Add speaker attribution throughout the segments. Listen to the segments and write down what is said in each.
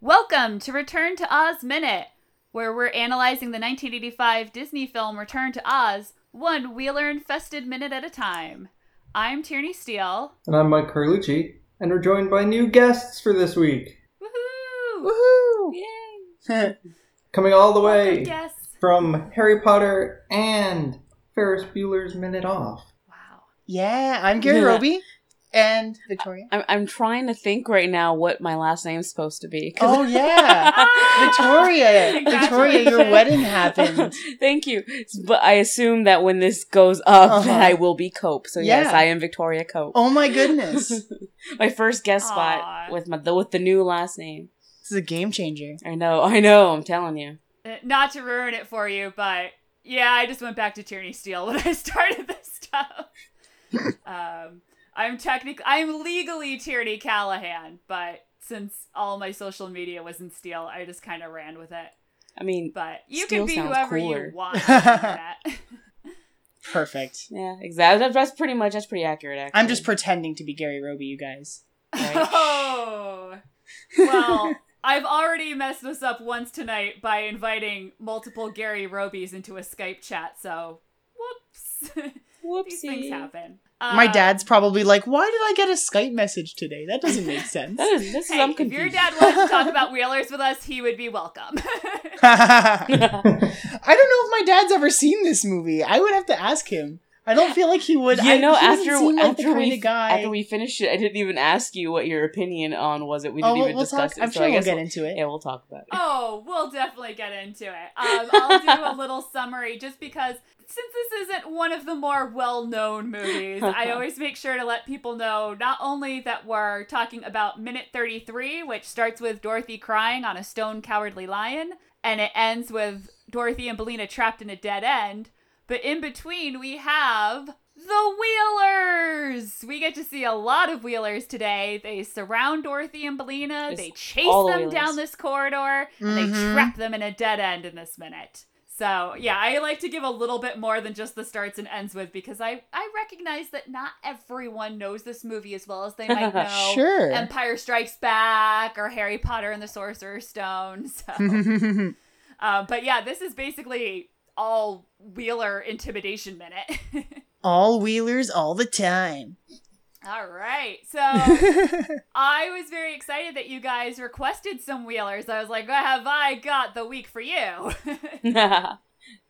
Speaker 1: Welcome to Return to Oz Minute, where we're analyzing the 1985 Disney film Return to Oz, one wheeler infested minute at a time. I'm Tierney Steele.
Speaker 2: And I'm Mike Carlucci, and we're joined by new guests for this week.
Speaker 1: Woohoo!
Speaker 2: Woohoo!
Speaker 1: Yay!
Speaker 2: Coming all the
Speaker 1: Welcome,
Speaker 2: way
Speaker 1: guests.
Speaker 2: from Harry Potter and Ferris Bueller's Minute Off.
Speaker 1: Wow.
Speaker 3: yeah, I'm Gary
Speaker 4: Yeah.
Speaker 3: Roby and Victoria.
Speaker 4: I'm, I'm trying to think right now what my last name's supposed to be. 'cause-
Speaker 3: Oh yeah, Victoria, Victoria, your
Speaker 1: Congratulations.
Speaker 3: wedding happened.
Speaker 4: Thank you. S- But I assume that when this goes up,
Speaker 3: Uh-huh.
Speaker 4: that I will be Cope. So yes,
Speaker 3: Yeah.
Speaker 4: I am Victoria Cope.
Speaker 3: Oh my goodness, this
Speaker 4: my first guest
Speaker 1: Aw.
Speaker 4: spot with my the, with the new last name.
Speaker 3: is a game changer.
Speaker 4: I know, I know. I'm telling you.
Speaker 1: Uh, Not to ruin it for you, but yeah, I just went back to Tierney Steele when I started this stuff. um, I'm technically, I'm legally Tierney Callahan, but since all my social media was in Steele, I just kind of ran with it.
Speaker 4: I mean,
Speaker 1: But you can
Speaker 4: Steele
Speaker 1: be
Speaker 4: sounds
Speaker 1: whoever
Speaker 4: cooler.
Speaker 1: you want. on the internet.
Speaker 3: Perfect.
Speaker 4: yeah, exactly. That's, that's pretty much that's pretty accurate. Actually,
Speaker 3: I'm just pretending to be Gary Roby, you guys.
Speaker 4: Right.
Speaker 1: oh, well, I've already messed this up once tonight by inviting multiple Gary Robies into a Skype chat. So, whoops.
Speaker 4: whoopsie.
Speaker 1: These things happen.
Speaker 3: my
Speaker 4: Uh,
Speaker 1: Um,
Speaker 3: dad's probably like, "Why did I get a Skype message today? That doesn't make sense."
Speaker 4: That is, this
Speaker 1: Hey,
Speaker 4: is I'm
Speaker 1: if
Speaker 4: confused.
Speaker 1: your dad wanted to talk about wheelers with us, he would be welcome.
Speaker 3: I don't know if my dad's ever seen this movie. I would have to ask him. I don't feel like he would.
Speaker 4: you
Speaker 3: I,
Speaker 4: know,
Speaker 3: he doesn't
Speaker 4: after
Speaker 3: seem like the
Speaker 4: after we
Speaker 3: kinda guy.
Speaker 4: after we finished it, I didn't even ask you what your opinion on was it. We
Speaker 3: oh,
Speaker 4: didn't
Speaker 3: we'll,
Speaker 4: even
Speaker 3: we'll
Speaker 4: discuss
Speaker 3: talk.
Speaker 4: it.
Speaker 3: I'm
Speaker 4: so
Speaker 3: sure
Speaker 4: I
Speaker 3: we'll
Speaker 4: guess
Speaker 3: get into it.
Speaker 4: Yeah, we'll talk about it.
Speaker 1: oh, we'll definitely get into it. Um, I'll do a little summary just because since this isn't one of the more well known movies, I always make sure to let people know not only that we're talking about Minute 33, which starts with Dorothy crying on a stone cowardly lion, and it ends with Dorothy and Belina trapped in a dead end, but in between we have. The Wheelers! We get to see a lot of Wheelers today. They surround Dorothy and Belina.
Speaker 4: It's
Speaker 1: they chase
Speaker 4: all the Mm-hmm.
Speaker 1: them
Speaker 4: Wheelers.
Speaker 1: down this corridor and they
Speaker 3: Mhm.
Speaker 1: trap them in a dead end in this minute. So yeah, I like to give a little bit more than just the starts and ends with because I I recognize that not everyone knows this movie as well as they might know
Speaker 3: Sure.
Speaker 1: Empire Strikes Back or Harry Potter and the Sorcerer's Stone. So, uh, but yeah, this is basically all Wheeler intimidation minute.
Speaker 3: all wheelers all the time.
Speaker 1: all right, so
Speaker 4: Oh.
Speaker 1: I was very excited that you guys requested some Wheelers. I was like, have I got the week for you?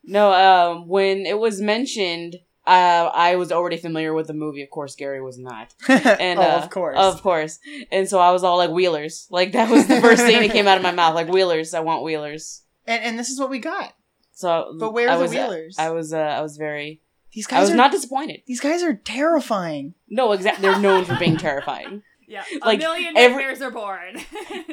Speaker 4: no, um, when it was mentioned, uh, I was already familiar with the movie. Of course, Gary was not. And,
Speaker 3: oh,
Speaker 4: uh,
Speaker 3: of course.
Speaker 4: Of course. And so I was all like, Wheelers. Like, that was the first thing that came out of my mouth. Like, Wheelers. I want Wheelers.
Speaker 3: and and this is what we got.
Speaker 4: So,
Speaker 3: But where
Speaker 4: I
Speaker 3: are the
Speaker 4: was,
Speaker 3: wheelers?
Speaker 4: I was, uh, I was very,
Speaker 3: these guys
Speaker 4: I was
Speaker 3: are
Speaker 4: not disappointed.
Speaker 3: These guys are terrifying.
Speaker 4: No, exactly. They're known for being terrifying.
Speaker 1: Yeah,
Speaker 4: Like,
Speaker 1: a million
Speaker 4: every-
Speaker 1: nightmares are born.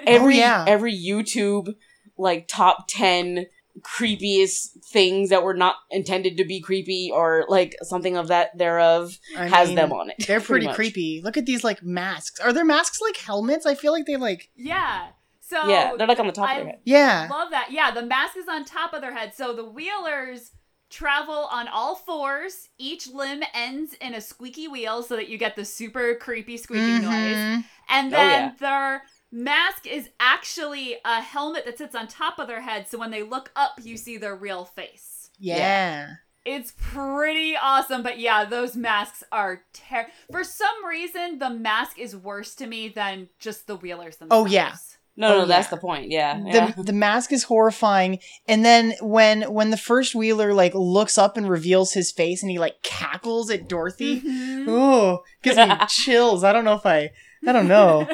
Speaker 4: Every,
Speaker 3: Oh, yeah.
Speaker 4: every YouTube, like, top 10 creepiest things that were not intended to be creepy or, like, something of that thereof
Speaker 3: I
Speaker 4: has
Speaker 3: mean,
Speaker 4: them on it.
Speaker 3: They're pretty,
Speaker 4: much.
Speaker 3: creepy. Look at these like masks. Are their masks like helmets? I feel like they like
Speaker 1: yeah. So
Speaker 4: Yeah, they're like on the top
Speaker 1: I
Speaker 4: of their head.
Speaker 3: yeah.
Speaker 1: love that. Yeah, the mask is on top of their head. So the wheelers travel on all fours. Each limb ends in a squeaky wheel so that you get the super creepy squeaky noise.
Speaker 3: Mhm.
Speaker 1: And
Speaker 4: Mm-hmm. Oh,
Speaker 1: then their mask is actually a helmet that sits on top of their head. So when they look up, you see their real face.
Speaker 3: Yeah.
Speaker 1: It's pretty awesome, but yeah, those masks are ter- For some reason, the mask is worse to me than just the wheelers themselves.
Speaker 3: Oh, yeah.
Speaker 4: No,
Speaker 3: Oh,
Speaker 4: no, that's
Speaker 3: yeah.
Speaker 4: the point. Yeah.
Speaker 3: The
Speaker 4: yeah.
Speaker 3: the mask is horrifying. And then when when the first wheeler like looks up and reveals his face and he like cackles at Dorothy.
Speaker 1: Mhm.
Speaker 4: Mm-hmm.
Speaker 3: Ooh, gives me chills. I don't know if I I don't know.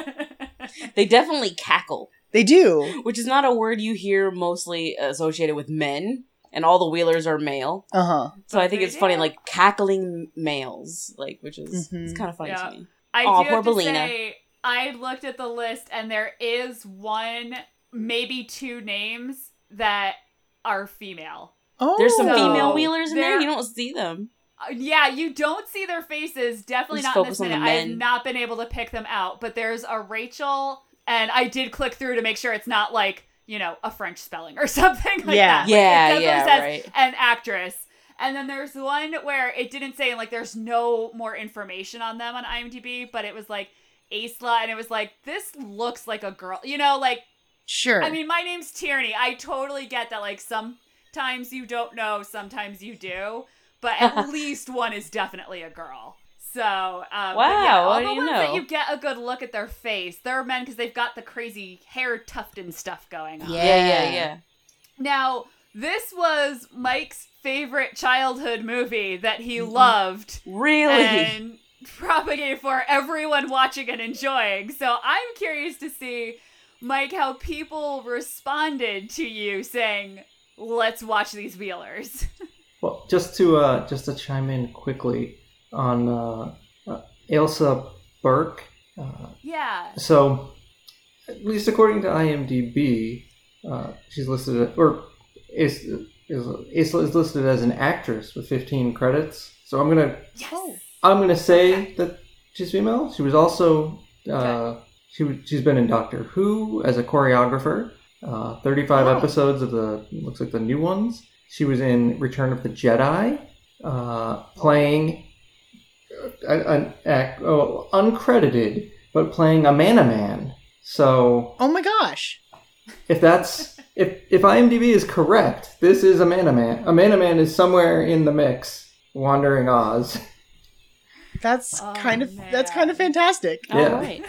Speaker 4: They definitely cackle,
Speaker 3: They do.
Speaker 4: which is not a word you hear mostly associated with men, and all the wheelers are male.
Speaker 3: Uh-huh.
Speaker 4: So I think
Speaker 1: They
Speaker 4: it's funny,
Speaker 1: do.
Speaker 4: like cackling males, like which is it's
Speaker 3: Mhm.
Speaker 4: kind of funny
Speaker 1: Yeah.
Speaker 4: to me.
Speaker 1: I
Speaker 4: Aw,
Speaker 1: do
Speaker 4: poor
Speaker 1: have to
Speaker 4: Belina.
Speaker 1: say, I looked at the list, and there is one, maybe two names that are female.
Speaker 3: Oh.
Speaker 4: There's some
Speaker 1: So,
Speaker 4: female wheelers in there.
Speaker 1: there-
Speaker 4: You don't see them.
Speaker 1: Uh, yeah, you don't see their faces. Definitely
Speaker 4: Just
Speaker 1: not in this
Speaker 4: focus on the
Speaker 1: minute. I have
Speaker 4: men.
Speaker 1: not been able to pick them out, but there's a Rachel, and I did click through to make sure it's not like you know a French spelling or something like
Speaker 3: Yeah.
Speaker 1: that. Like, it
Speaker 4: yeah,
Speaker 1: definitely
Speaker 4: yeah,
Speaker 1: says
Speaker 4: right.
Speaker 1: An actress. And then there's one where it didn't say like there's no more information on them on IMDb, but it was like Aisla, and it was like this looks like a girl, you know, like
Speaker 3: Sure.
Speaker 1: I mean, my name's Tierney. I totally get that. Like sometimes you don't know, sometimes you do, but at least one is definitely a girl. So um, but yeah,
Speaker 4: Wow,
Speaker 1: all
Speaker 4: what
Speaker 1: the
Speaker 4: do you
Speaker 1: ones
Speaker 4: know?
Speaker 1: that you get a good look at their face, they're men because they've got the crazy hair tuft and stuff going on.
Speaker 3: Yeah.
Speaker 4: Yeah, yeah, yeah.
Speaker 1: Now, this was Mike's favorite childhood movie that he
Speaker 4: Mm-hmm.
Speaker 1: loved
Speaker 4: Really?
Speaker 1: and propagated for everyone watching and enjoying. So I'm curious to see, Mike, how people responded to you saying, "Let's watch these Wheelers."
Speaker 2: Well, just to uh, just to chime in quickly on uh, uh, Ailsa Burke. Uh,
Speaker 1: Yeah,
Speaker 2: So, at least according to IMDb, uh, she's listed or is is Isla is listed as an actress with 15 credits. So I'm gonna
Speaker 1: yes,
Speaker 3: Oh.
Speaker 2: I'm gonna say that she's female. She was also uh, she was- she's been in Doctor Who as a choreographer. Uh, 35
Speaker 3: Oh.
Speaker 2: episodes of the looks like the new ones. She was in Return of the Jedi, uh, playing uh, an, an act, oh, uncredited but playing a man a man. So
Speaker 3: oh my gosh.
Speaker 2: if that's if if IMDb is correct, this is a man a man. A man a man is somewhere in the mix, wandering Oz.
Speaker 3: That's
Speaker 1: Oh,
Speaker 3: kind of that's
Speaker 1: man.
Speaker 3: kind of fantastic.
Speaker 2: Yeah.
Speaker 4: All right.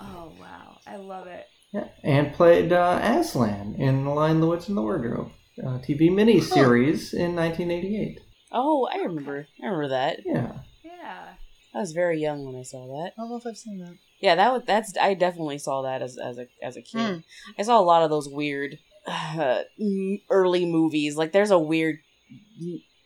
Speaker 1: Oh wow, I love it.
Speaker 2: Yeah, and played uh, Aslan in The Lion, the Witch, and the Wardrobe, uh, TV miniseries in 1988.
Speaker 4: Oh, I remember. I remember that.
Speaker 2: Yeah,
Speaker 1: Yeah.
Speaker 4: I was very young when I saw that.
Speaker 3: I don't know if I've seen that.
Speaker 4: Yeah, that was that's I definitely saw that as as a as a kid.
Speaker 3: Hmm.
Speaker 4: I saw a lot of those weird uh, m- early movies. Like there's a weird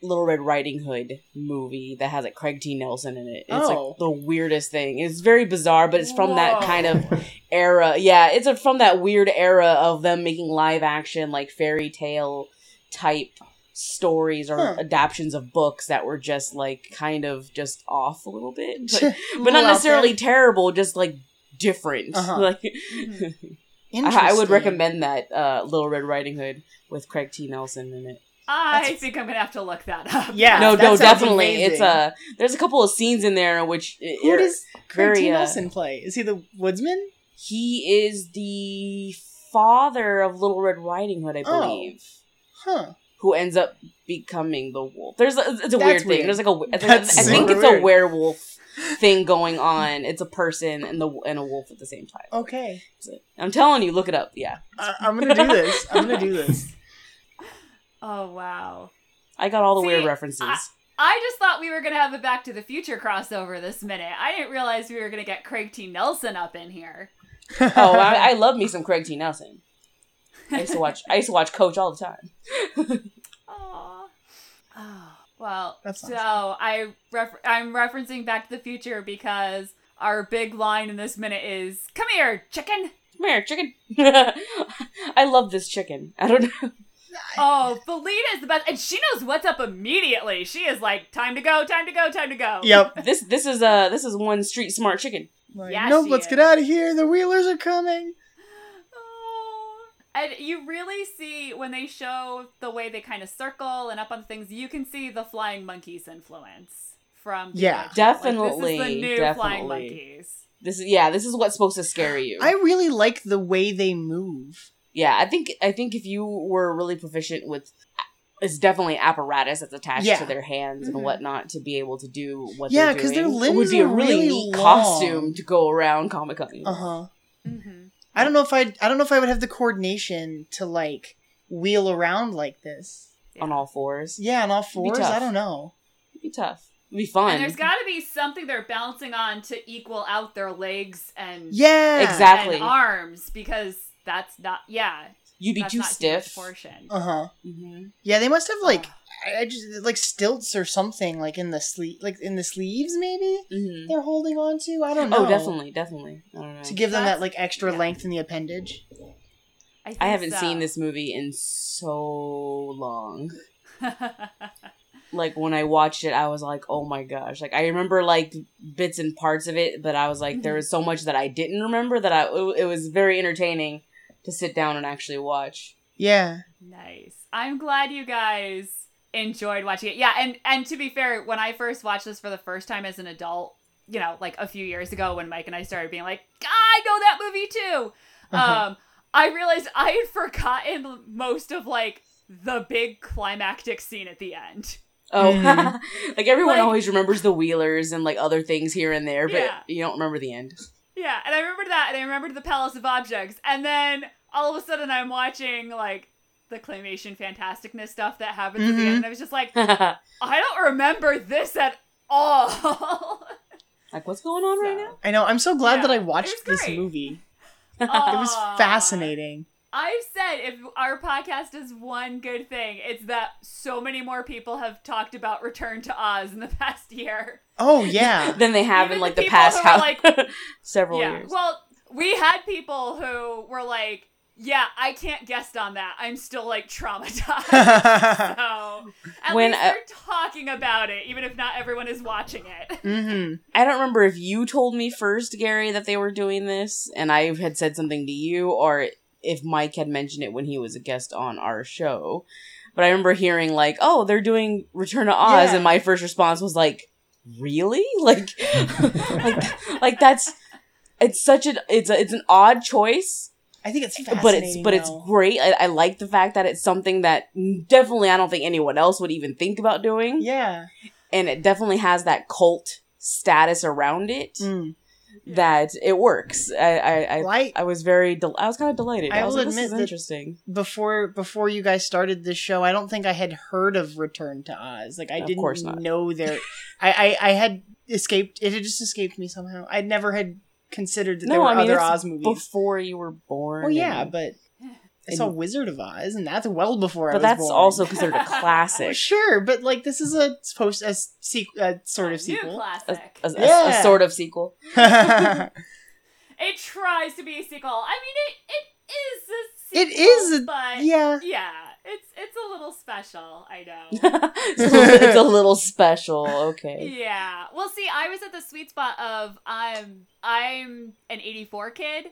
Speaker 4: Little Red Riding Hood movie that has like Craig T. Nelson in it. It's
Speaker 3: Oh.
Speaker 4: like the weirdest thing. It's very bizarre, but it's from that
Speaker 1: Whoa.
Speaker 4: kind of era. Yeah, it's a, from that weird era of them making live action like fairy tale type stories or
Speaker 3: Huh.
Speaker 4: adaptions of books that were just like kind of just off a little bit. But
Speaker 3: Little
Speaker 4: but
Speaker 3: out
Speaker 4: not
Speaker 3: there.
Speaker 4: necessarily terrible, just like different.
Speaker 3: Uh-huh.
Speaker 4: Like
Speaker 1: Mhm.
Speaker 4: I, I would
Speaker 3: Mm-hmm. Interesting.
Speaker 4: recommend that uh, Little Red Riding Hood with Craig T. Nelson in it.
Speaker 1: I
Speaker 3: That's-
Speaker 1: think I'm gonna have to look that up.
Speaker 3: Yeah.
Speaker 4: no,
Speaker 3: that
Speaker 4: no,
Speaker 3: sounds
Speaker 4: definitely.
Speaker 3: amazing.
Speaker 4: It's uh, there's a couple of scenes in there in which er, it-
Speaker 3: Who
Speaker 4: it-
Speaker 3: does Craig T.
Speaker 4: very, uh,
Speaker 3: Nelson play? Is he the woodsman?
Speaker 4: he is the father of Little Red Riding Hood, I
Speaker 3: Oh.
Speaker 4: believe,
Speaker 3: Huh.
Speaker 4: who ends up becoming the wolf. There's a, it's a
Speaker 3: That's
Speaker 4: weird thing.
Speaker 3: weird.
Speaker 4: There's like a I think-
Speaker 3: That's
Speaker 4: I think
Speaker 2: super
Speaker 4: it's a
Speaker 3: weird.
Speaker 4: werewolf thing going on. It's a person and the and a wolf at the same time.
Speaker 3: Okay.
Speaker 4: I'm telling you, look it up. Yeah.
Speaker 3: I- I'm gonna do this. I'm gonna do this.
Speaker 1: Oh wow.
Speaker 4: I got all the weird
Speaker 1: See,
Speaker 4: references.
Speaker 1: I- I just thought we were gonna have a Back to the Future crossover this minute. I didn't realize we were gonna get Craig T. Nelson up in here.
Speaker 4: oh, I, I love me some Craig T. Nelson. I used to watch. I used to watch Coach all the time.
Speaker 1: Aw. Oh. Well,
Speaker 3: That's
Speaker 1: so
Speaker 3: nice.
Speaker 1: I refer- I'm referencing Back to the Future because our big line in this minute is "Come here, chicken."
Speaker 4: Come here, chicken. I love this chicken. I don't know.
Speaker 1: Oh, Felina is the best, and she knows what's up immediately. She is like, "Time to go, time to go, time to go."
Speaker 3: yep.
Speaker 4: This this is uh this is one street smart chicken.
Speaker 3: Like,
Speaker 1: Yeah,
Speaker 3: nope.
Speaker 1: she
Speaker 3: Let's
Speaker 1: is.
Speaker 3: get out of here. The wheelers are coming.
Speaker 1: Oh. And you really see when they show the way they kind of circle and up on things, you can see the flying monkeys influence from the original.
Speaker 3: Yeah.
Speaker 1: Like, this is
Speaker 4: Definitely,
Speaker 1: the new
Speaker 4: definitely.
Speaker 1: flying monkeys.
Speaker 4: This is yeah. This is what's supposed to scare you.
Speaker 3: I really like the way they move.
Speaker 4: yeah, I think I think if you were really proficient with, it's definitely apparatus that's attached
Speaker 3: Yeah. Mm-hmm.
Speaker 4: to their hands
Speaker 1: Mhm.
Speaker 4: and whatnot to be able to do what.
Speaker 3: Yeah,
Speaker 4: because
Speaker 3: 'cause their
Speaker 4: it would
Speaker 3: limbs
Speaker 4: be a
Speaker 3: are
Speaker 4: really,
Speaker 3: really
Speaker 4: neat
Speaker 3: long.
Speaker 4: costume to go around Comic Con.
Speaker 3: Uh huh.
Speaker 1: Mm-hmm.
Speaker 3: I don't know if I. I don't know if I would have the coordination to like wheel around like this.
Speaker 4: On all fours,
Speaker 3: Yeah, on all fours.
Speaker 4: tough.
Speaker 3: I don't know.
Speaker 4: it'd be tough. It'd be fun.
Speaker 1: And there's got to be something they're balancing on to equal out their legs and
Speaker 3: Yeah.
Speaker 4: Exact- Exactly.
Speaker 1: and arms because that's not yeah
Speaker 4: You'd be
Speaker 1: that's
Speaker 4: too
Speaker 1: not human
Speaker 4: stiff.
Speaker 1: proportion.
Speaker 3: Uh huh.
Speaker 4: hmm
Speaker 3: Yeah, they must have like.
Speaker 1: Ugh.
Speaker 4: Ah.
Speaker 3: I I just like stilts or something like in the sleeve, like in the sleeves, maybe
Speaker 4: hmm
Speaker 3: they're holding on to. I don't know.
Speaker 4: Oh, definitely, definitely. I don't know.
Speaker 3: To give them
Speaker 1: That's-
Speaker 3: that like extra
Speaker 1: yeah.
Speaker 3: length in the appendage.
Speaker 1: think
Speaker 4: I haven't
Speaker 1: so.
Speaker 4: seen this movie in so long. Like when I watched it, I was like, "Oh my gosh!" Like I remember like bits and parts of it, but I was like,
Speaker 1: Mm-hmm.
Speaker 4: there was so much that I didn't remember that I it, it was very entertaining to sit down and actually watch.
Speaker 3: Yeah.
Speaker 1: nice. I'm glad you guys enjoyed watching it. Yeah, and and to be fair, when I first watched this for the first time as an adult, you know, like a few years ago when Mike and I started being like, I know that movie too.
Speaker 4: Uh,
Speaker 3: Uh-huh.
Speaker 1: Um, I realized I had forgotten most of like the big climactic scene at the end.
Speaker 4: Oh,
Speaker 3: Mhm.
Speaker 4: like everyone
Speaker 1: Mm-hmm. Like-
Speaker 4: always remembers the Wheelers and like other things here and there, but
Speaker 1: Yeah.
Speaker 4: you don't remember the end.
Speaker 1: Yeah, and I remembered that, and I remembered the Palace of Objects, and then all of a sudden I'm watching like the claymation fantasticness stuff that happens at the
Speaker 3: Mhm.
Speaker 1: end, and I was just like,
Speaker 4: like,
Speaker 1: I don't remember this at all.
Speaker 4: what's going on right now?
Speaker 3: I know. I'm so glad
Speaker 1: Yeah,
Speaker 3: that I
Speaker 1: it was
Speaker 3: watched this
Speaker 1: great.
Speaker 3: movie. It
Speaker 1: it
Speaker 3: was fascinating.
Speaker 1: I've said if our podcast is one good thing, it's that so many more people have talked about Return to Oz in the past year.
Speaker 3: Oh yeah.
Speaker 4: Than they have
Speaker 1: Even
Speaker 4: in
Speaker 1: the
Speaker 4: like the
Speaker 1: people
Speaker 4: past
Speaker 1: who are
Speaker 4: how
Speaker 1: like-
Speaker 4: several
Speaker 1: yeah.
Speaker 4: years.
Speaker 1: Well, we had people who were like, "Yeah, I can't guest on that. I'm still like traumatized." so Oh, at
Speaker 4: When,
Speaker 1: least
Speaker 4: uh,
Speaker 1: they're talking about it, even if not everyone is watching it.
Speaker 3: hmm
Speaker 4: I don't remember if you told me first, Gary, that they were doing this, and I had said something to you, or if Mike had mentioned it when he was a guest on our show. But I remember hearing like, "Oh, they're doing Return to Oz,"
Speaker 3: Yeah.
Speaker 4: and my first response was like, "Really? Like, like, like that's it's such an it's a, it's an odd choice,
Speaker 3: I think it's fascinating.
Speaker 4: but it's but it's
Speaker 3: though.
Speaker 4: great. I, I like the fact that it's something that definitely I don't think anyone else would even think about doing,
Speaker 3: yeah.
Speaker 4: and it definitely has that cult status around it."
Speaker 3: Mm.
Speaker 4: that it works. I I, I,
Speaker 3: Well, I-
Speaker 4: I was very del- I was kind of delighted.
Speaker 3: I
Speaker 4: I, was
Speaker 3: will
Speaker 4: like, this
Speaker 3: admit
Speaker 4: is
Speaker 3: that-
Speaker 4: interesting.
Speaker 3: before before you guys started this show, I don't think I had heard of Return to Oz. Like I
Speaker 4: Of
Speaker 3: didn't
Speaker 4: course not.
Speaker 3: know there. I, I I had escaped. It had just escaped me somehow. I never had considered that
Speaker 4: No,
Speaker 3: there were
Speaker 4: I mean,
Speaker 3: other
Speaker 4: it's
Speaker 3: Oz movies.
Speaker 4: Before you were born.
Speaker 3: well, yeah,
Speaker 4: and-
Speaker 3: but I saw Wizard of Oz, and that's well before I
Speaker 4: but
Speaker 3: was
Speaker 4: that's
Speaker 3: born.
Speaker 4: also considered a classic.
Speaker 3: sure. But like this is a supposed a sequ- a sort of
Speaker 1: New
Speaker 3: sequel.
Speaker 4: A,
Speaker 1: classic.
Speaker 4: a- a- a
Speaker 3: Yeah.
Speaker 4: sort of sequel.
Speaker 3: it
Speaker 1: it tries to be a sequel. I mean, it it is a
Speaker 3: It
Speaker 1: sequel.
Speaker 3: is a-
Speaker 1: but
Speaker 3: yeah.
Speaker 1: yeah, it's it's a little special. I know.
Speaker 4: So it's a little special. Okay.
Speaker 1: Yeah. Well, see, I was at the sweet spot of I'm I'm an 84 kid.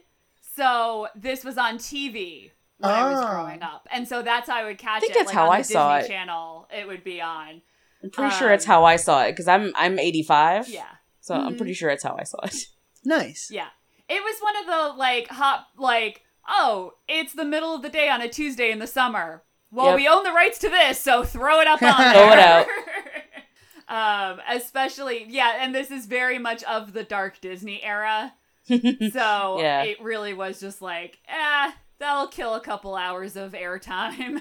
Speaker 1: So this was on TV when I was
Speaker 3: Oh.
Speaker 1: growing up. And so that's how I would catch
Speaker 4: I think
Speaker 1: it.
Speaker 4: that's
Speaker 1: like,
Speaker 4: how
Speaker 1: on the
Speaker 4: I saw
Speaker 1: Disney
Speaker 4: it.
Speaker 1: Channel it would be on.
Speaker 4: I'm pretty sure it's
Speaker 1: Um,
Speaker 4: how I saw it because I'm I'm 85.
Speaker 1: Yeah.
Speaker 4: So I'm
Speaker 1: Mhm.
Speaker 4: pretty sure it's how I saw it.
Speaker 3: Nice.
Speaker 1: Yeah. It was one of the like hop like, oh, it's the middle of the day on a Tuesday in the summer. Well,
Speaker 4: Yep.
Speaker 1: we own the rights to this, so throw it up on there.
Speaker 4: Throw it
Speaker 1: um, especially yeah, and this is very much of the dark Disney era. So
Speaker 4: Yeah.
Speaker 1: it really was just like, eh, that'll kill a couple hours of airtime,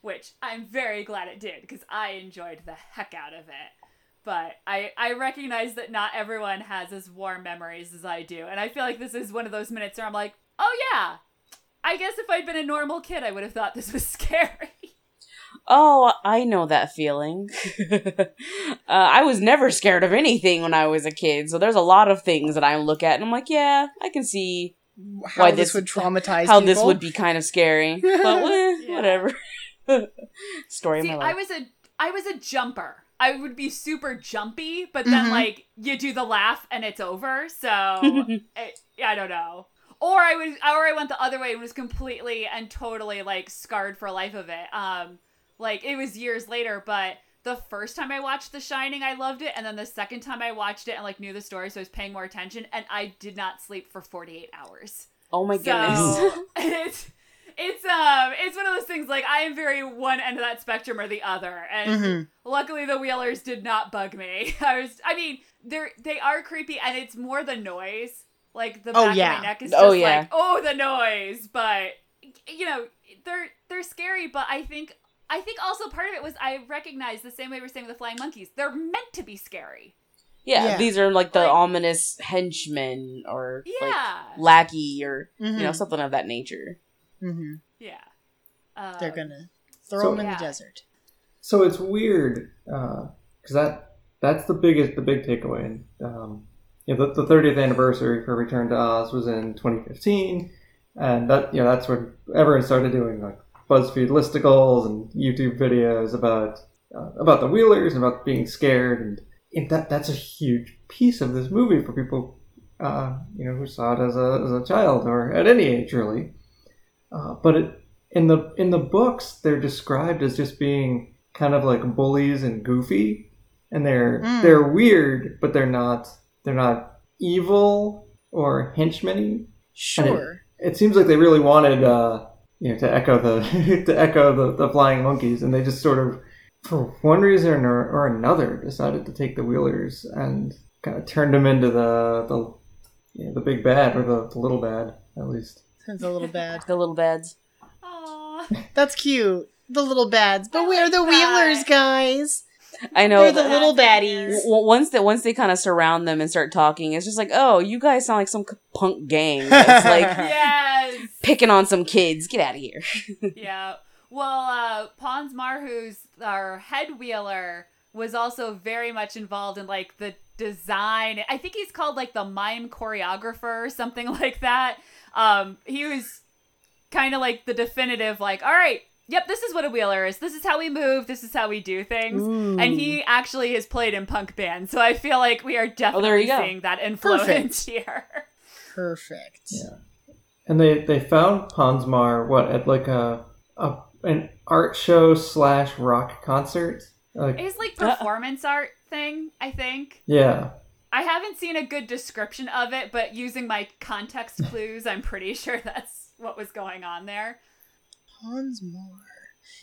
Speaker 1: which I'm very glad it did because I enjoyed the heck out of it. But I, I recognize that not everyone has as warm memories as I do. And I feel like this is one of those minutes where I'm like, oh, yeah, I guess if I'd been a normal kid, I would have thought this was scary.
Speaker 4: Oh, I know that feeling. uh, I was never scared of anything when I was a kid, so there's a lot of things that I look at and I'm like, yeah, I can see
Speaker 3: How
Speaker 4: Why
Speaker 3: this
Speaker 4: this-
Speaker 3: would traumatize
Speaker 4: how
Speaker 3: people.
Speaker 4: this would be kind of scary, but eh,
Speaker 1: Yeah.
Speaker 4: whatever. Story
Speaker 1: See,
Speaker 4: of my
Speaker 1: I
Speaker 4: life.
Speaker 1: was a I was a jumper. I would be super jumpy, but then
Speaker 3: Mhm.
Speaker 1: like you do the laugh and it's over. So I, I don't know. Or I was, or I went the other way and was completely and totally like scarred for life of it. Um, like it was years later, but the first time I watched The Shining, I loved it, and then the second time I watched it and like knew the story, so I was paying more attention, and I did not sleep for forty eight hours.
Speaker 4: oh my goodness.
Speaker 1: So it's it's um it's one of those things like I am very one end of that spectrum or the other, and
Speaker 4: Mm-hmm.
Speaker 3: Mhm.
Speaker 1: luckily the Wheelers did not bug me. I was I mean they're they are creepy and it's more the noise like the
Speaker 3: Oh,
Speaker 1: back
Speaker 3: yeah.
Speaker 1: of my neck is just
Speaker 4: Oh, yeah.
Speaker 1: like oh the noise, but you know they're they're scary, but I think. I think also part of it was I recognized the same way we're saying with the flying monkeys. They're meant to be scary.
Speaker 4: Yeah,
Speaker 3: Yeah.
Speaker 4: these are like the
Speaker 1: Like-
Speaker 4: ominous henchmen or like
Speaker 1: Yeah.
Speaker 4: lackey or you know
Speaker 3: Mhm.
Speaker 4: something of that nature.
Speaker 3: Mhm.
Speaker 1: yeah. Um,
Speaker 3: They're gonna throw
Speaker 2: So-
Speaker 3: him in
Speaker 1: Yeah.
Speaker 3: the desert.
Speaker 2: So it's weird because that that's the biggest the big takeaway. Um, you know, the, the 30th anniversary for Return to Oz was in 2015, and that you know that's when everyone started doing like BuzzFeed listicles and YouTube videos about uh, about the Wheelers and about being scared, and, and that that's a huge piece of this movie for people uh, you know who saw it as a, as a child or at any age really. Uh, but it, in the in the books, they're described as just being kind of like bullies and goofy. and they're
Speaker 3: Mm.
Speaker 2: they're weird, but they're not they're not evil or henchmen.
Speaker 3: Sure.
Speaker 2: It seems like they really wanted uh, you know to echo the to echo the, the flying monkeys, and they just sort of for one reason or, or another decided to take the wheelers and kind of turned them into the the you know, the big bad or the, the little bad at least.
Speaker 3: That's a little bad.
Speaker 4: The little beds.
Speaker 1: Aw.
Speaker 3: That's cute. The little bads. But we're the wheelers,
Speaker 1: Bye.
Speaker 3: guys.
Speaker 4: I know.
Speaker 3: They're
Speaker 4: that-
Speaker 3: the little baddies.
Speaker 4: W- w- once that once they kind of surround them and start talking, it's just like, oh, you guys sound like some c- punk gang. It's like
Speaker 1: yes.
Speaker 4: picking on some kids. Get out of here.
Speaker 1: yeah. Well, uh, Pons Marhu's our head wheeler was also very much involved in like the design. I think he's called like the mime choreographer or something like that. Um, he was kind of like the definitive, like, all right, yep, this is what a wheeler is. This is how we move. This is how we do things. And
Speaker 4: Mm.
Speaker 1: he actually has played in punk bands, so I feel like we are
Speaker 4: Oh, there
Speaker 1: definitely
Speaker 4: you go.
Speaker 1: seeing that influence here.
Speaker 3: Perfect.
Speaker 2: Yeah. And they they found Ponsmar what at like a, a an art show slash rock concert. Like,
Speaker 1: It's like performance art thing, I think.
Speaker 2: yeah,
Speaker 1: I haven't seen a good description of it, but using my context clues, I'm pretty sure that's what was going on there.
Speaker 3: Hans Moore.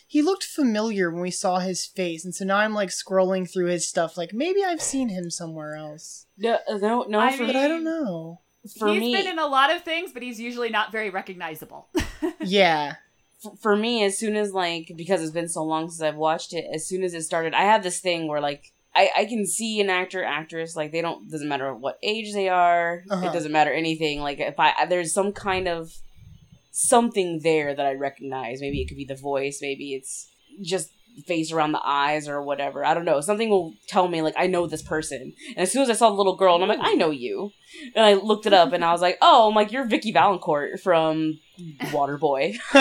Speaker 3: He looked familiar when we saw his face, and so now I'm like scrolling through his stuff, like maybe I've seen him somewhere else.
Speaker 4: No, uh, no, no.
Speaker 1: I
Speaker 4: for
Speaker 1: mean-
Speaker 3: But I don't know.
Speaker 4: for
Speaker 1: he's
Speaker 4: me,
Speaker 1: been in a lot of things, but he's usually not very recognizable.
Speaker 3: Yeah.
Speaker 4: f- for me, as soon as like because it's been so long since I've watched it, as soon as it started, I have this thing where like I, I can see an actor, actress, like they don't doesn't matter what age they are,
Speaker 3: Uh-huh.
Speaker 4: it doesn't matter anything. Like if I there's some kind of something there that I recognize. Maybe it could be the voice, maybe it's just the face around the eyes or whatever. I don't know. Something will tell me like I know this person. And as soon as I saw the little girl and I'm like, I know you. And I looked it up and I was like, Oh, I'm like, you're Vicky Valancourt from Waterboy.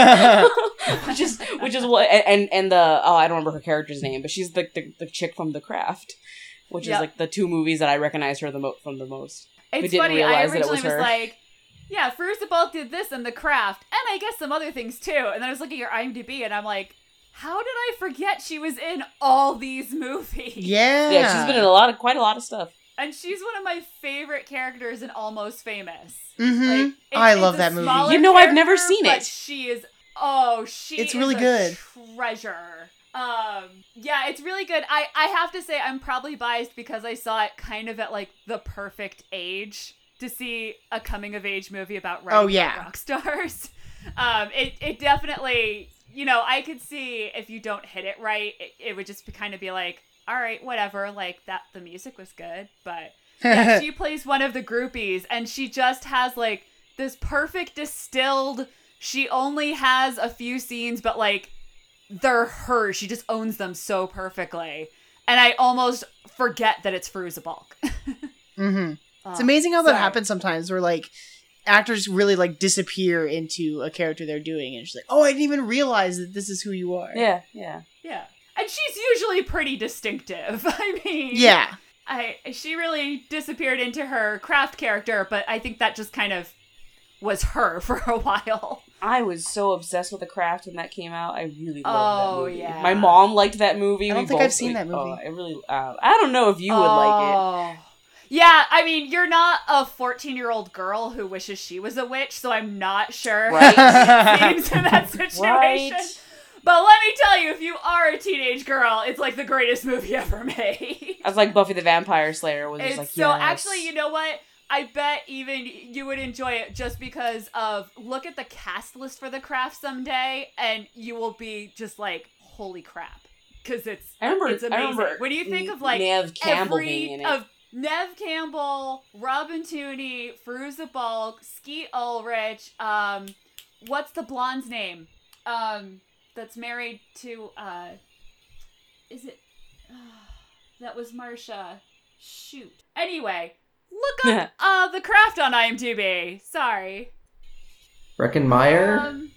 Speaker 4: which is which is what and and the oh I don't remember her character's name, but she's the the, the chick from The Craft, which
Speaker 1: Yep.
Speaker 4: is like the two movies that I recognize her the mo- from the most.
Speaker 1: It's
Speaker 4: didn't
Speaker 1: funny, I
Speaker 4: realize that it
Speaker 1: originally
Speaker 4: was
Speaker 1: was,
Speaker 4: her.
Speaker 1: like, yeah, First did this and the craft, and I guess some other things too. And then I was looking at her IMDb and I'm like, how did I forget she was in all these movies?
Speaker 3: yeah.
Speaker 4: Yeah, she's been in a lot of quite a lot of stuff.
Speaker 1: And she's one of my favorite characters in Almost Famous.
Speaker 3: Mhm.
Speaker 1: Like, it-
Speaker 3: I
Speaker 1: it's
Speaker 3: love
Speaker 1: a
Speaker 3: that movie.
Speaker 1: smaller
Speaker 4: You know, I've never
Speaker 1: character,
Speaker 4: seen
Speaker 1: but
Speaker 4: it.
Speaker 1: she is. Oh, she.
Speaker 3: It's
Speaker 1: is
Speaker 3: really
Speaker 1: a
Speaker 3: good.
Speaker 1: Treasure. Um. Yeah, it's really good. I I have to say I'm probably biased because I saw it kind of at like the perfect age to see a coming of age movie about writing
Speaker 3: Oh,
Speaker 1: about
Speaker 3: yeah.
Speaker 1: rock stars. Um. It it definitely. You know, I could see if you don't hit it right, it, it would just be kind of be like, all right, whatever. Like that, the music was good, but yeah, she plays one of the groupies and she just has like this perfect distilled she only has a few scenes but like they're her she just owns them so perfectly and i almost forget that it's Fruza Balk.
Speaker 3: hmm It's amazing how that happens sometimes where like actors really like disappear into a character they're doing and she's like, Oh, I didn't even realize that this is who you are.
Speaker 4: Yeah, yeah.
Speaker 1: yeah and she's usually pretty distinctive i mean
Speaker 3: Yeah.
Speaker 1: I she really disappeared into her craft character but i think that just kind of was her for a while
Speaker 4: I was so obsessed with The Craft when that came out. I really loved
Speaker 1: Oh,
Speaker 4: that movie.
Speaker 1: yeah.
Speaker 4: My mom liked that movie.
Speaker 3: I don't
Speaker 4: We
Speaker 3: think I've
Speaker 4: both,
Speaker 3: seen that
Speaker 4: like-
Speaker 3: movie.
Speaker 4: Oh, I really. Uh, I don't know if you would like it.
Speaker 1: it. Oh. Yeah, I mean, you're not a 14 year old girl who wishes she was a witch, so I'm not sure
Speaker 4: Right.
Speaker 1: how it seems in that situation.
Speaker 4: Right.
Speaker 1: But let me tell you, if you are a teenage girl, it's like the greatest movie ever made.
Speaker 4: I was like Buffy the Vampire Slayer was just
Speaker 1: It's
Speaker 4: like
Speaker 1: so
Speaker 4: yes.
Speaker 1: actually, you know what? I bet even you would enjoy it just because of look at the cast list for the craft someday, and you will be just like, holy crap, because it's
Speaker 4: I remember.
Speaker 1: it's
Speaker 4: I
Speaker 1: amazing.
Speaker 4: remember
Speaker 1: When you think of, like,
Speaker 4: Nev Campbell
Speaker 1: every
Speaker 4: being in it.
Speaker 1: of Nev Campbell, Robin Tooney, Feruza Balk, Ski Ulrich. Um, what's the blonde's name? Um, that's married to uh, is it? that was Marcia. Shoot. Anyway, look up uh the craft on IMDb. Sorry.
Speaker 2: Breckenmeyer.
Speaker 1: Um,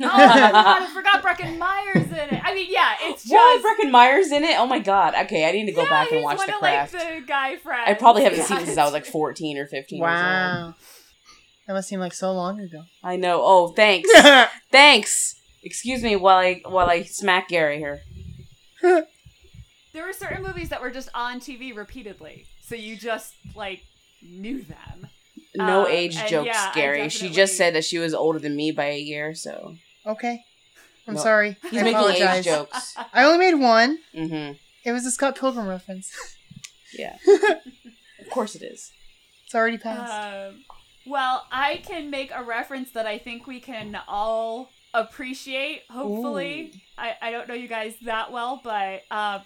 Speaker 1: oh my god, I forgot Brecken Myers in it. I mean, yeah, it's
Speaker 4: What?
Speaker 1: just.
Speaker 4: Breckin Myers in it? Oh my god. Okay, I need to go
Speaker 1: yeah,
Speaker 4: back and
Speaker 1: he's
Speaker 4: watch
Speaker 1: one
Speaker 4: The
Speaker 1: of,
Speaker 4: Craft.
Speaker 1: Like, the guy friends.
Speaker 4: I probably haven't seen
Speaker 1: Yeah,
Speaker 4: it since I was
Speaker 1: it's
Speaker 4: like 14 or 15 years old.
Speaker 3: Wow. That must seem like so long ago.
Speaker 4: I know. Oh, thanks. thanks. Excuse me while I while I smack Gary here.
Speaker 1: there were certain movies that were just on TV repeatedly, so you just like knew them.
Speaker 4: No
Speaker 1: Um,
Speaker 4: age
Speaker 1: and
Speaker 4: jokes,
Speaker 1: yeah, I
Speaker 4: Gary. She just
Speaker 1: definitely-
Speaker 4: said that she was older than me by a year, so
Speaker 3: Okay. I'm
Speaker 4: No.
Speaker 3: sorry.
Speaker 4: he's
Speaker 3: I
Speaker 4: making
Speaker 3: apologize.
Speaker 4: age jokes.
Speaker 3: I only made one.
Speaker 4: hmm
Speaker 3: It was a Scott Pilgrim reference.
Speaker 4: Yeah, of course it is.
Speaker 3: It's already passed.
Speaker 1: Um, well, I can make a reference that I think we can all appreciate, hopefully. I, I don't know you guys that well, but um,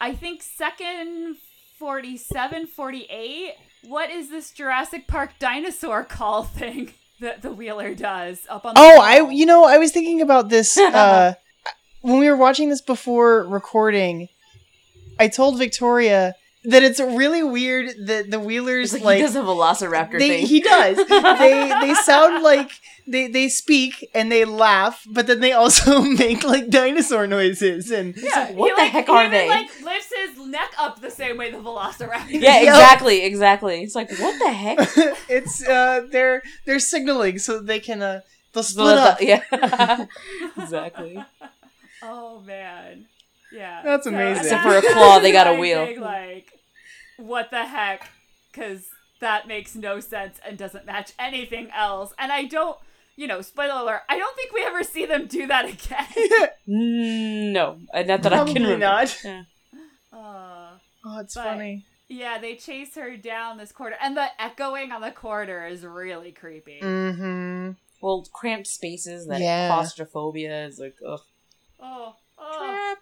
Speaker 1: I think second 47, 48, what is this Jurassic Park dinosaur call thing that the Wheeler does up on the
Speaker 3: Oh,
Speaker 1: wall?
Speaker 3: I you know I was thinking about this uh, when we were watching this before recording. I told Victoria that it's really weird that the Wheelers
Speaker 4: It's
Speaker 3: like,
Speaker 4: like, he does a Velociraptor
Speaker 3: they,
Speaker 4: thing.
Speaker 3: he does. they they sound like they they speak and they laugh, but then they also make like dinosaur noises and
Speaker 1: Yeah,
Speaker 4: like, what
Speaker 1: he,
Speaker 4: the
Speaker 1: like,
Speaker 4: heck
Speaker 1: he
Speaker 4: are
Speaker 1: even,
Speaker 4: they?
Speaker 1: like lifts his neck up the same way the Velociraptor.
Speaker 4: yeah,
Speaker 3: Yo.
Speaker 4: exactly, exactly. It's like what the heck?
Speaker 3: it's uh they're they're signaling so that they can uh they'll split up.
Speaker 4: Yeah, exactly.
Speaker 1: Oh man, yeah.
Speaker 3: That's amazing.
Speaker 4: Except for a claw, they got a
Speaker 1: my
Speaker 4: wheel.
Speaker 1: big, like, what the heck? Because that makes no sense and doesn't match anything else. And I don't, you know, spoiler alert. I don't think we ever see them do that again.
Speaker 4: No, uh, not that I can
Speaker 3: Probably
Speaker 4: remember.
Speaker 3: not.
Speaker 4: Yeah.
Speaker 1: Uh,
Speaker 3: Oh, it's
Speaker 1: But-
Speaker 3: funny.
Speaker 1: yeah, they chase her down this corridor, and the echoing on the corridor is really creepy.
Speaker 4: Mm.
Speaker 3: Mm-hmm.
Speaker 4: Well, cramped spaces, that
Speaker 3: Yeah.
Speaker 4: claustrophobia is like, ugh.
Speaker 1: Oh, oh.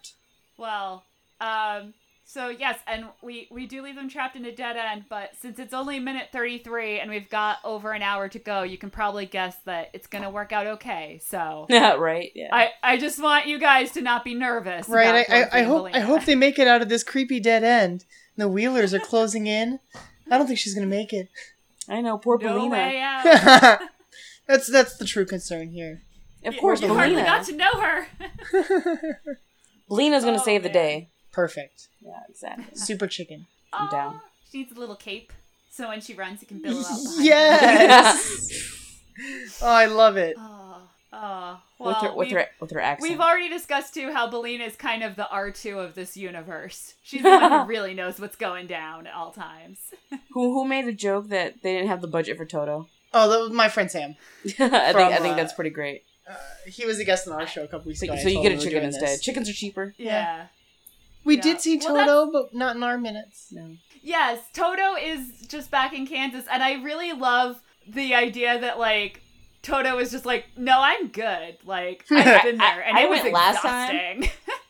Speaker 1: Well, um, so yes, and we we do leave them trapped in a dead end, but since it's only minute 33 and we've got over an hour to go, you can probably guess that it's going to work out okay. So
Speaker 4: Yeah, right. Yeah.
Speaker 1: I I just want you guys to not be nervous.
Speaker 3: Right.
Speaker 1: about Dorothy
Speaker 3: I, I, I
Speaker 1: and
Speaker 3: hope I
Speaker 1: Belinda.
Speaker 3: hope they make it out of this creepy dead end. The wheelers are closing in. I don't think she's gonna make it.
Speaker 4: I know, poor
Speaker 1: no
Speaker 4: Belina.
Speaker 1: way out.
Speaker 3: that's that's the true concern here.
Speaker 4: Of
Speaker 1: Yeah,
Speaker 4: course,
Speaker 1: you hardly
Speaker 4: Belina.
Speaker 1: got to know her.
Speaker 4: Belina's gonna
Speaker 1: Oh,
Speaker 4: save the
Speaker 1: man.
Speaker 4: day.
Speaker 3: Perfect.
Speaker 4: Yeah, exactly.
Speaker 3: Super chicken.
Speaker 4: I'm down.
Speaker 1: Aw, She needs a little cape, so when she runs, it can billow out. behind her.
Speaker 3: Yes. oh, I love it.
Speaker 1: Oh, oh. Well,
Speaker 4: with her, with
Speaker 1: we've-
Speaker 4: her, with her accent.
Speaker 1: We've already discussed too how Belina is kind of the R2 of this universe. She's the one who really knows what's going down at all times.
Speaker 4: who who made a joke that they didn't have the budget for Toto?
Speaker 3: Oh, that was my friend Sam.
Speaker 4: I think I
Speaker 3: From,
Speaker 4: think
Speaker 3: uh,
Speaker 4: that's pretty great.
Speaker 3: Uh, he was a guest on our show a couple weeks
Speaker 4: So,
Speaker 3: ago. I
Speaker 4: so you
Speaker 3: told
Speaker 4: get a
Speaker 3: him we were
Speaker 4: chicken
Speaker 3: doing this.
Speaker 4: instead. Chickens are cheaper.
Speaker 1: Yeah.
Speaker 3: We
Speaker 1: Yeah.
Speaker 3: did see
Speaker 1: Well,
Speaker 3: Toto, but not in our minutes.
Speaker 4: No.
Speaker 1: Yes, Toto is just back in Kansas, and I really love the idea that like Toto is just like, no, I'm good. Like I've been there, and
Speaker 4: I- I- I
Speaker 1: it was
Speaker 4: went last time.
Speaker 1: exhausting.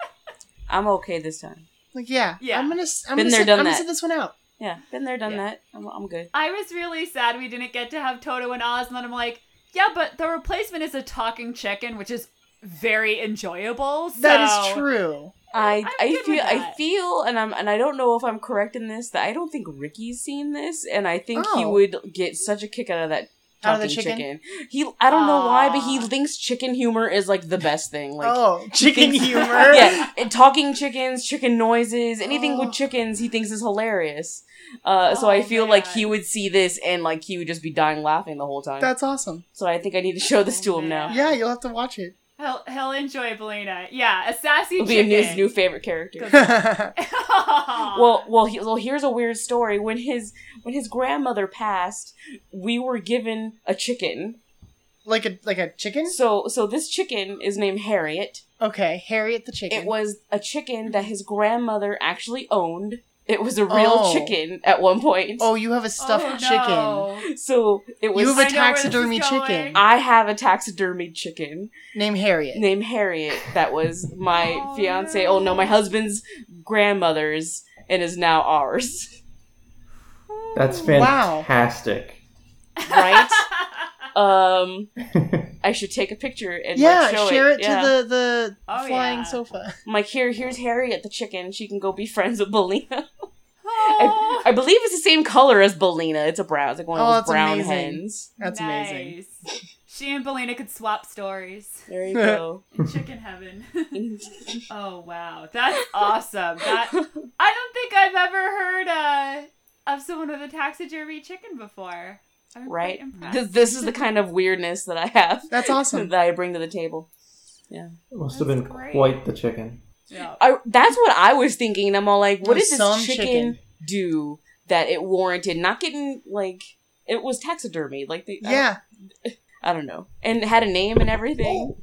Speaker 4: I'm okay this time.
Speaker 3: Like, yeah,
Speaker 1: Yeah.
Speaker 3: I'm gonna, s- I'm
Speaker 4: Been
Speaker 3: gonna,
Speaker 4: there,
Speaker 3: sit,
Speaker 4: done
Speaker 3: I'm gonna
Speaker 4: that.
Speaker 3: sit this one out.
Speaker 4: Yeah, been there, done
Speaker 1: Yeah.
Speaker 4: that. I'm, I'm good.
Speaker 1: I was really sad we didn't get to have Toto and Oz, and then I'm like, yeah, but the replacement is a talking chicken, which is very enjoyable. So.
Speaker 3: That is true.
Speaker 4: I
Speaker 1: I'm
Speaker 4: I
Speaker 1: good
Speaker 4: feel
Speaker 1: with
Speaker 4: I
Speaker 1: that.
Speaker 4: feel and I'm and I don't know if I'm correct in this that I don't think Ricky's seen this and I think he
Speaker 3: Oh.
Speaker 4: would get such a kick out of that
Speaker 3: Out of the
Speaker 4: talking
Speaker 3: chicken?
Speaker 4: He I don't know why but he
Speaker 1: Aw.
Speaker 4: thinks chicken humor is like the best thing like
Speaker 3: oh, chicken
Speaker 4: thinks-
Speaker 1: Oh.
Speaker 3: humor.
Speaker 4: yeah, and talking chickens, chicken noises, anything
Speaker 3: Oh.
Speaker 4: with chickens, he thinks is hilarious. Uh, so
Speaker 1: Oh,
Speaker 4: I feel like
Speaker 1: man.
Speaker 4: he would see this and like he would just be dying laughing the whole time.
Speaker 3: That's awesome.
Speaker 4: so I think I need to show this to him now.
Speaker 1: Yeah.
Speaker 3: Yeah, you'll have to watch it.
Speaker 1: He'll, he'll enjoy Belina. Yeah, a sassy
Speaker 4: It'll be a
Speaker 1: chicken. Oh,
Speaker 4: new, new favorite character. Well,
Speaker 1: well,
Speaker 4: well, he, well. Here's a weird story. When his when his grandmother passed, we were given a chicken.
Speaker 3: like a like a chicken.
Speaker 4: So so this chicken is named Harriet.
Speaker 3: Okay, Harriet the chicken.
Speaker 4: It was a chicken that his grandmother actually owned. It was a real
Speaker 3: Oh.
Speaker 4: chicken at one point.
Speaker 3: oh, you have a stuffed chicken
Speaker 4: So it was.
Speaker 3: You have a
Speaker 1: I know where this is
Speaker 3: taxidermy
Speaker 1: going.
Speaker 3: chicken.
Speaker 4: I have a taxidermy chicken
Speaker 3: named Harriet.
Speaker 4: named Harriet that was my
Speaker 1: Oh,
Speaker 4: fiance.
Speaker 1: no.
Speaker 4: Oh no, my husband's grandmother's and is now ours.
Speaker 3: Oh.
Speaker 2: That's
Speaker 3: Wow.
Speaker 2: fantastic.
Speaker 4: Right? um, I should take a picture and
Speaker 3: yeah,
Speaker 4: like, show
Speaker 3: share it,
Speaker 4: it Yeah.
Speaker 3: to the the
Speaker 1: Oh,
Speaker 3: flying
Speaker 1: yeah.
Speaker 3: sofa.
Speaker 4: I'm like, here, here's Harriet the chicken. She can go be friends with Belina.
Speaker 1: oh,
Speaker 4: I believe it's the same color as Belina. It's a brown. It's like one
Speaker 3: Oh,
Speaker 4: of those
Speaker 3: that's
Speaker 4: brown
Speaker 3: amazing.
Speaker 4: hens.
Speaker 3: That's amazing.
Speaker 1: amazing. She and Belina could swap stories
Speaker 4: There you go.
Speaker 1: in chicken heaven. oh wow, that's awesome. That I don't think I've ever heard uh, of someone with a taxidermy chicken before. I'm quite
Speaker 4: right.
Speaker 1: impressed.
Speaker 4: This, this is the kind of weirdness that I have.
Speaker 3: That's awesome.
Speaker 4: that I bring to the table.
Speaker 2: Must have
Speaker 1: That's
Speaker 2: been
Speaker 1: great.
Speaker 2: quite the chicken.
Speaker 1: Yeah.
Speaker 4: I, that's what I was thinking. And I'm all like, what
Speaker 3: There's
Speaker 4: did this
Speaker 3: some
Speaker 4: chicken,
Speaker 3: chicken.
Speaker 4: do that it warranted not getting like it was taxidermy? Like uh, they, I-
Speaker 3: Yeah.
Speaker 4: I, don't know, and it had a name and everything.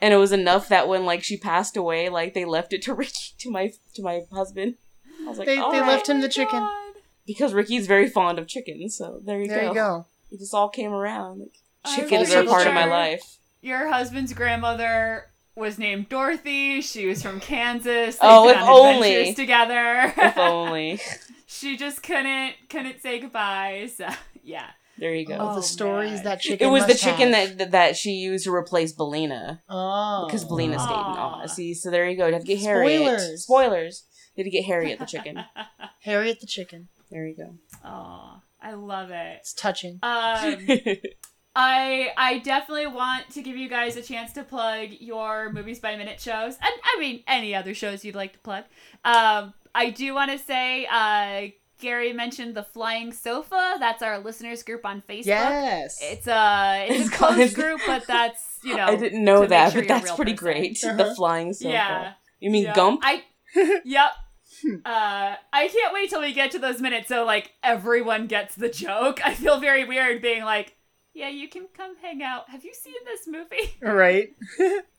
Speaker 4: And it was enough that when like she passed away, like they left it to Ricky to my to my husband. I was like,
Speaker 3: They- they
Speaker 4: "All right."
Speaker 3: left him
Speaker 1: Oh my
Speaker 3: the chicken.
Speaker 1: God.
Speaker 4: because Ricky's very fond of chicken. So there you
Speaker 3: There
Speaker 4: go.
Speaker 3: you go.
Speaker 4: It just all came around. Like,
Speaker 1: I
Speaker 4: chickens are
Speaker 3: remember-
Speaker 4: a part of my life.
Speaker 1: Your husband's grandmother was named Dorothy. She was from Kansas. They
Speaker 4: Oh, if
Speaker 1: had
Speaker 4: only.
Speaker 1: adventures together.
Speaker 4: If only.
Speaker 1: she just couldn't couldn't say goodbye. So yeah.
Speaker 4: There you go.
Speaker 3: All
Speaker 1: Oh,
Speaker 3: the stories
Speaker 1: man.
Speaker 3: that chicken.
Speaker 4: it was the
Speaker 3: must
Speaker 4: chicken
Speaker 3: have.
Speaker 4: that that she used to replace Belina.
Speaker 3: Oh.
Speaker 4: because Belina stayed in
Speaker 1: Aw.
Speaker 4: Oz. See, so there you go. You have to get Harriet.
Speaker 3: Spoilers.
Speaker 4: Spoilers. You had to get Harriet the chicken.
Speaker 3: Harriet the chicken.
Speaker 4: There you go.
Speaker 1: oh, I love it.
Speaker 3: It's touching.
Speaker 1: Um, I I definitely want to give you guys a chance to plug your movies by minute shows, and I mean any other shows you'd like to plug. Um, I do want to say, uh, Gary mentioned the Flying Sofa. That's our listeners group on Facebook.
Speaker 3: Yes.
Speaker 1: It's a it's a
Speaker 4: It's called-
Speaker 1: closed group, but that's you know
Speaker 4: I didn't
Speaker 1: to
Speaker 4: know
Speaker 1: make
Speaker 4: that,
Speaker 1: sure
Speaker 4: but
Speaker 1: you're a
Speaker 4: that's
Speaker 1: real
Speaker 4: pretty
Speaker 1: person.
Speaker 4: great.
Speaker 3: Uh-huh.
Speaker 4: The flying sofa.
Speaker 1: Yeah.
Speaker 4: You mean
Speaker 1: yeah.
Speaker 4: Gump?
Speaker 1: I yep.
Speaker 3: Hmm.
Speaker 1: Uh, I can't wait till we get to those minutes so like everyone gets the joke. I feel very weird being like, yeah, you can come hang out. Have you seen this movie?
Speaker 3: right.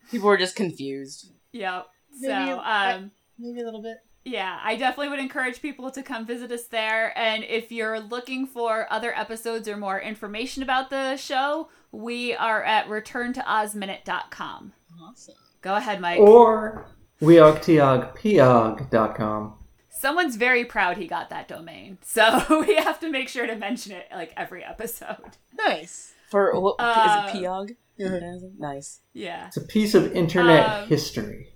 Speaker 4: People were just confused.
Speaker 1: Yep. So,
Speaker 3: Maybe I-
Speaker 1: um,
Speaker 3: Maybe a little bit.
Speaker 1: yeah, I definitely would encourage people to come visit us there. And if you're looking for other episodes or more information about the show, we are at returntoozminute.com.
Speaker 3: Awesome.
Speaker 1: Go ahead, Mike.
Speaker 2: Or weogtiogpiog.com.
Speaker 1: Someone's very proud he got that domain. So we have to make sure to mention it like every episode.
Speaker 3: Nice.
Speaker 4: For what is
Speaker 1: Uh,
Speaker 4: it Piog? Nice.
Speaker 1: Yeah.
Speaker 2: It's a piece of internet
Speaker 1: Um,
Speaker 2: history.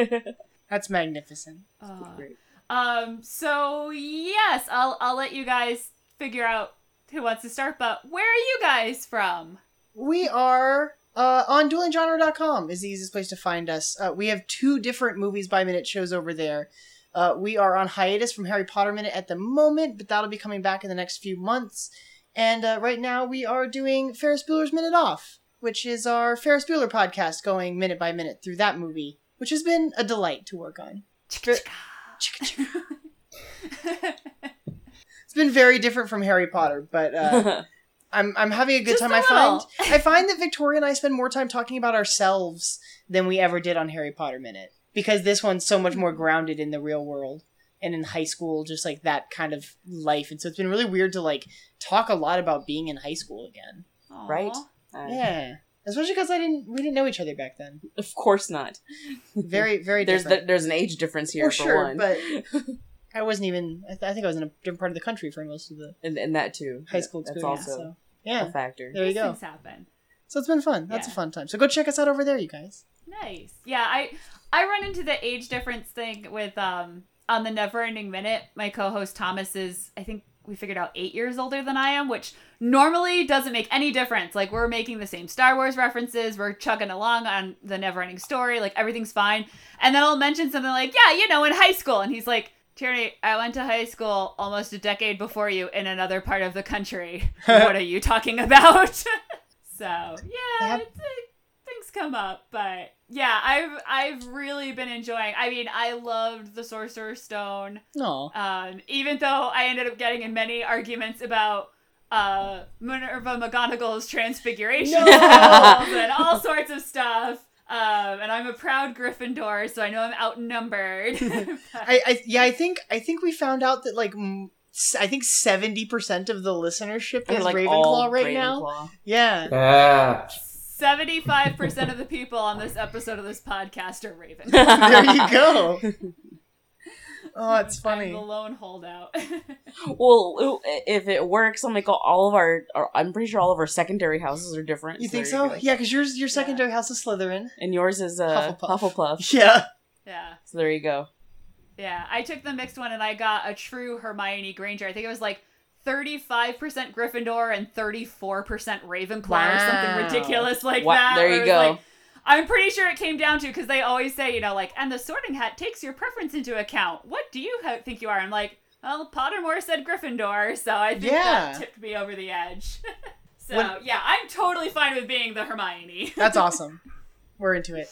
Speaker 3: That's magnificent.
Speaker 1: Uh,
Speaker 4: Great.
Speaker 1: um, so yes, I'll I'll let you guys figure out who wants to start, but where are you guys from?
Speaker 3: We are uh, on duelinggenre.com is the easiest place to find us. Uh, we have two different movies by minute shows over there. Uh, we are on hiatus from Harry Potter Minute at the moment, but that'll be coming back in the next few months. And uh, right now we are doing Ferris Bueller's Minute Off, which is our Ferris Bueller podcast going minute by minute through that movie, which has been a delight to work on. Ver- It's been very different from Harry Potter, but uh, I'm I'm having a good
Speaker 1: Just
Speaker 3: time.
Speaker 1: a
Speaker 3: I find
Speaker 1: little.
Speaker 3: I find that Victoria and I spend more time talking about ourselves than we ever did on Harry Potter Minute because this one's so much more grounded in the real world and in high school, just like that kind of life. And so it's been really weird to like talk a lot about being in high school again.
Speaker 4: Right?
Speaker 1: Aw.
Speaker 3: Yeah, especially because I didn't we didn't know each other back then.
Speaker 4: Of course not.
Speaker 3: Very very
Speaker 4: There's the,
Speaker 3: different.
Speaker 4: there's an age difference here
Speaker 3: Well,
Speaker 4: for
Speaker 3: sure,
Speaker 4: one,
Speaker 3: but I wasn't even. I, th- I think I was in a different part of the country for most of the
Speaker 4: and, and that too.
Speaker 3: high school
Speaker 4: That's
Speaker 3: experience.
Speaker 4: also
Speaker 3: so.
Speaker 4: a
Speaker 3: Yeah,
Speaker 4: factor.
Speaker 3: there you
Speaker 1: These
Speaker 3: go.
Speaker 1: Things happen.
Speaker 3: So it's been fun. That's a
Speaker 1: Yeah.
Speaker 3: fun time. So go check us out over there, you guys.
Speaker 1: Nice. Yeah, I I run into the age difference thing with um on the Never Ending Minute. My co-host Thomas is I think we figured out eight years older than I am, which normally doesn't make any difference. Like we're making the same Star Wars references, we're chugging along on the Never Ending Story, like everything's fine. And then I'll mention something like, "Yeah, you know, in high school," and he's like. Tierney, I went to high school almost a decade before you in another part of the country. what are you talking about? So yeah,
Speaker 3: That-
Speaker 1: it's, uh, things come up, but yeah, I've I've really been enjoying. I mean, I loved the Sorcerer's Stone,
Speaker 3: No.
Speaker 1: um, even though I ended up getting in many arguments about uh, Minerva McGonagall's transfiguration
Speaker 3: No.
Speaker 1: spells and all sorts of stuff. Um, and I'm a proud Gryffindor, so I know I'm outnumbered. But-
Speaker 3: I, I yeah, I think I think we found out that like mm, s- I think seventy percent of the listenership
Speaker 4: They're,
Speaker 3: is
Speaker 4: like, all
Speaker 3: Ravenclaw right now.
Speaker 4: Ravenclaw.
Speaker 3: Yeah,
Speaker 2: Yeah.
Speaker 1: 75% of the people on this episode of this podcast are Raven.
Speaker 3: there you go. oh, it's
Speaker 1: I'm the
Speaker 3: funny.
Speaker 1: lone holdout.
Speaker 4: Well, if it works, I'll make all of our, our. I'm pretty sure all of our secondary houses are different.
Speaker 3: You think
Speaker 4: there
Speaker 3: so?
Speaker 4: you go.
Speaker 3: Yeah, because yours your secondary house is Slytherin.
Speaker 4: And yours is uh,
Speaker 3: Hufflepuff.
Speaker 4: Hufflepuff.
Speaker 3: Yeah,
Speaker 1: yeah.
Speaker 4: So there you go.
Speaker 1: Yeah, I took the mixed one and I got a true Hermione Granger. I think it was like 35% Gryffindor and 34% Ravenclaw or something
Speaker 3: Wow.
Speaker 1: ridiculous like
Speaker 4: Wha-
Speaker 1: that.
Speaker 4: there
Speaker 1: where
Speaker 4: you
Speaker 1: it was
Speaker 4: go.
Speaker 1: like- I'm pretty sure it came down to because they always say, you know, like, and the sorting hat takes your preference into account. What do you ho- think you are? I'm like, well, Pottermore said Gryffindor, so I think
Speaker 3: Yeah.
Speaker 1: that tipped me over the edge. so,
Speaker 3: When-
Speaker 1: yeah, I'm totally fine with being the Hermione.
Speaker 3: that's awesome. We're into it.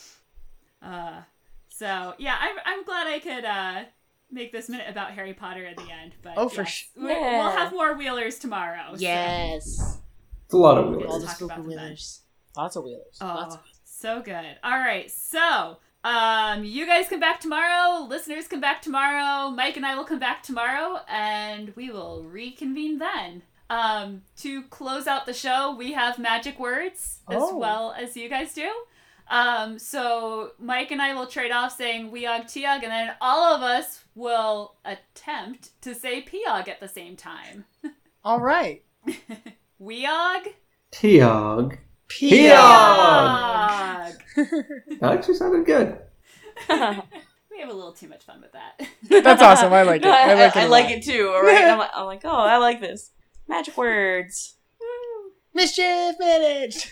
Speaker 1: Uh, So yeah, I'm I'm glad I could uh, make this minute about Harry Potter at the end. But
Speaker 3: Oh, for
Speaker 1: yes,
Speaker 3: sh-
Speaker 1: we,
Speaker 4: Yeah.
Speaker 1: we'll have more Wheelers tomorrow. so-
Speaker 3: Yes.
Speaker 2: It's a lot of
Speaker 1: We'll
Speaker 3: All
Speaker 2: wheelers.
Speaker 3: the
Speaker 1: talk
Speaker 3: spooky
Speaker 1: about that.
Speaker 3: wheelers.
Speaker 4: Lots of wheelers. Lots
Speaker 1: Oh,
Speaker 4: of-
Speaker 1: so good. All right. So, um, you guys come back tomorrow. Listeners come back tomorrow. Mike and I will come back tomorrow, and we will reconvene then. Um, to close out the show, we have magic words as
Speaker 3: Oh.
Speaker 1: well as you guys do. Um, so Mike and I will trade off saying weog tiog, and then all of us will attempt to say peog at the same time.
Speaker 3: All right.
Speaker 1: Weog.
Speaker 2: Tiog.
Speaker 1: Peog.
Speaker 2: That actually sounded good.
Speaker 1: We have a little too much fun with that.
Speaker 3: That's awesome. I like it.
Speaker 4: No,
Speaker 3: I like it
Speaker 4: I,
Speaker 3: a
Speaker 4: like
Speaker 3: lot.
Speaker 4: it too. All right, I'm, like- I'm like, oh, I like this. Magic words.
Speaker 1: Woo.
Speaker 3: Mischief managed.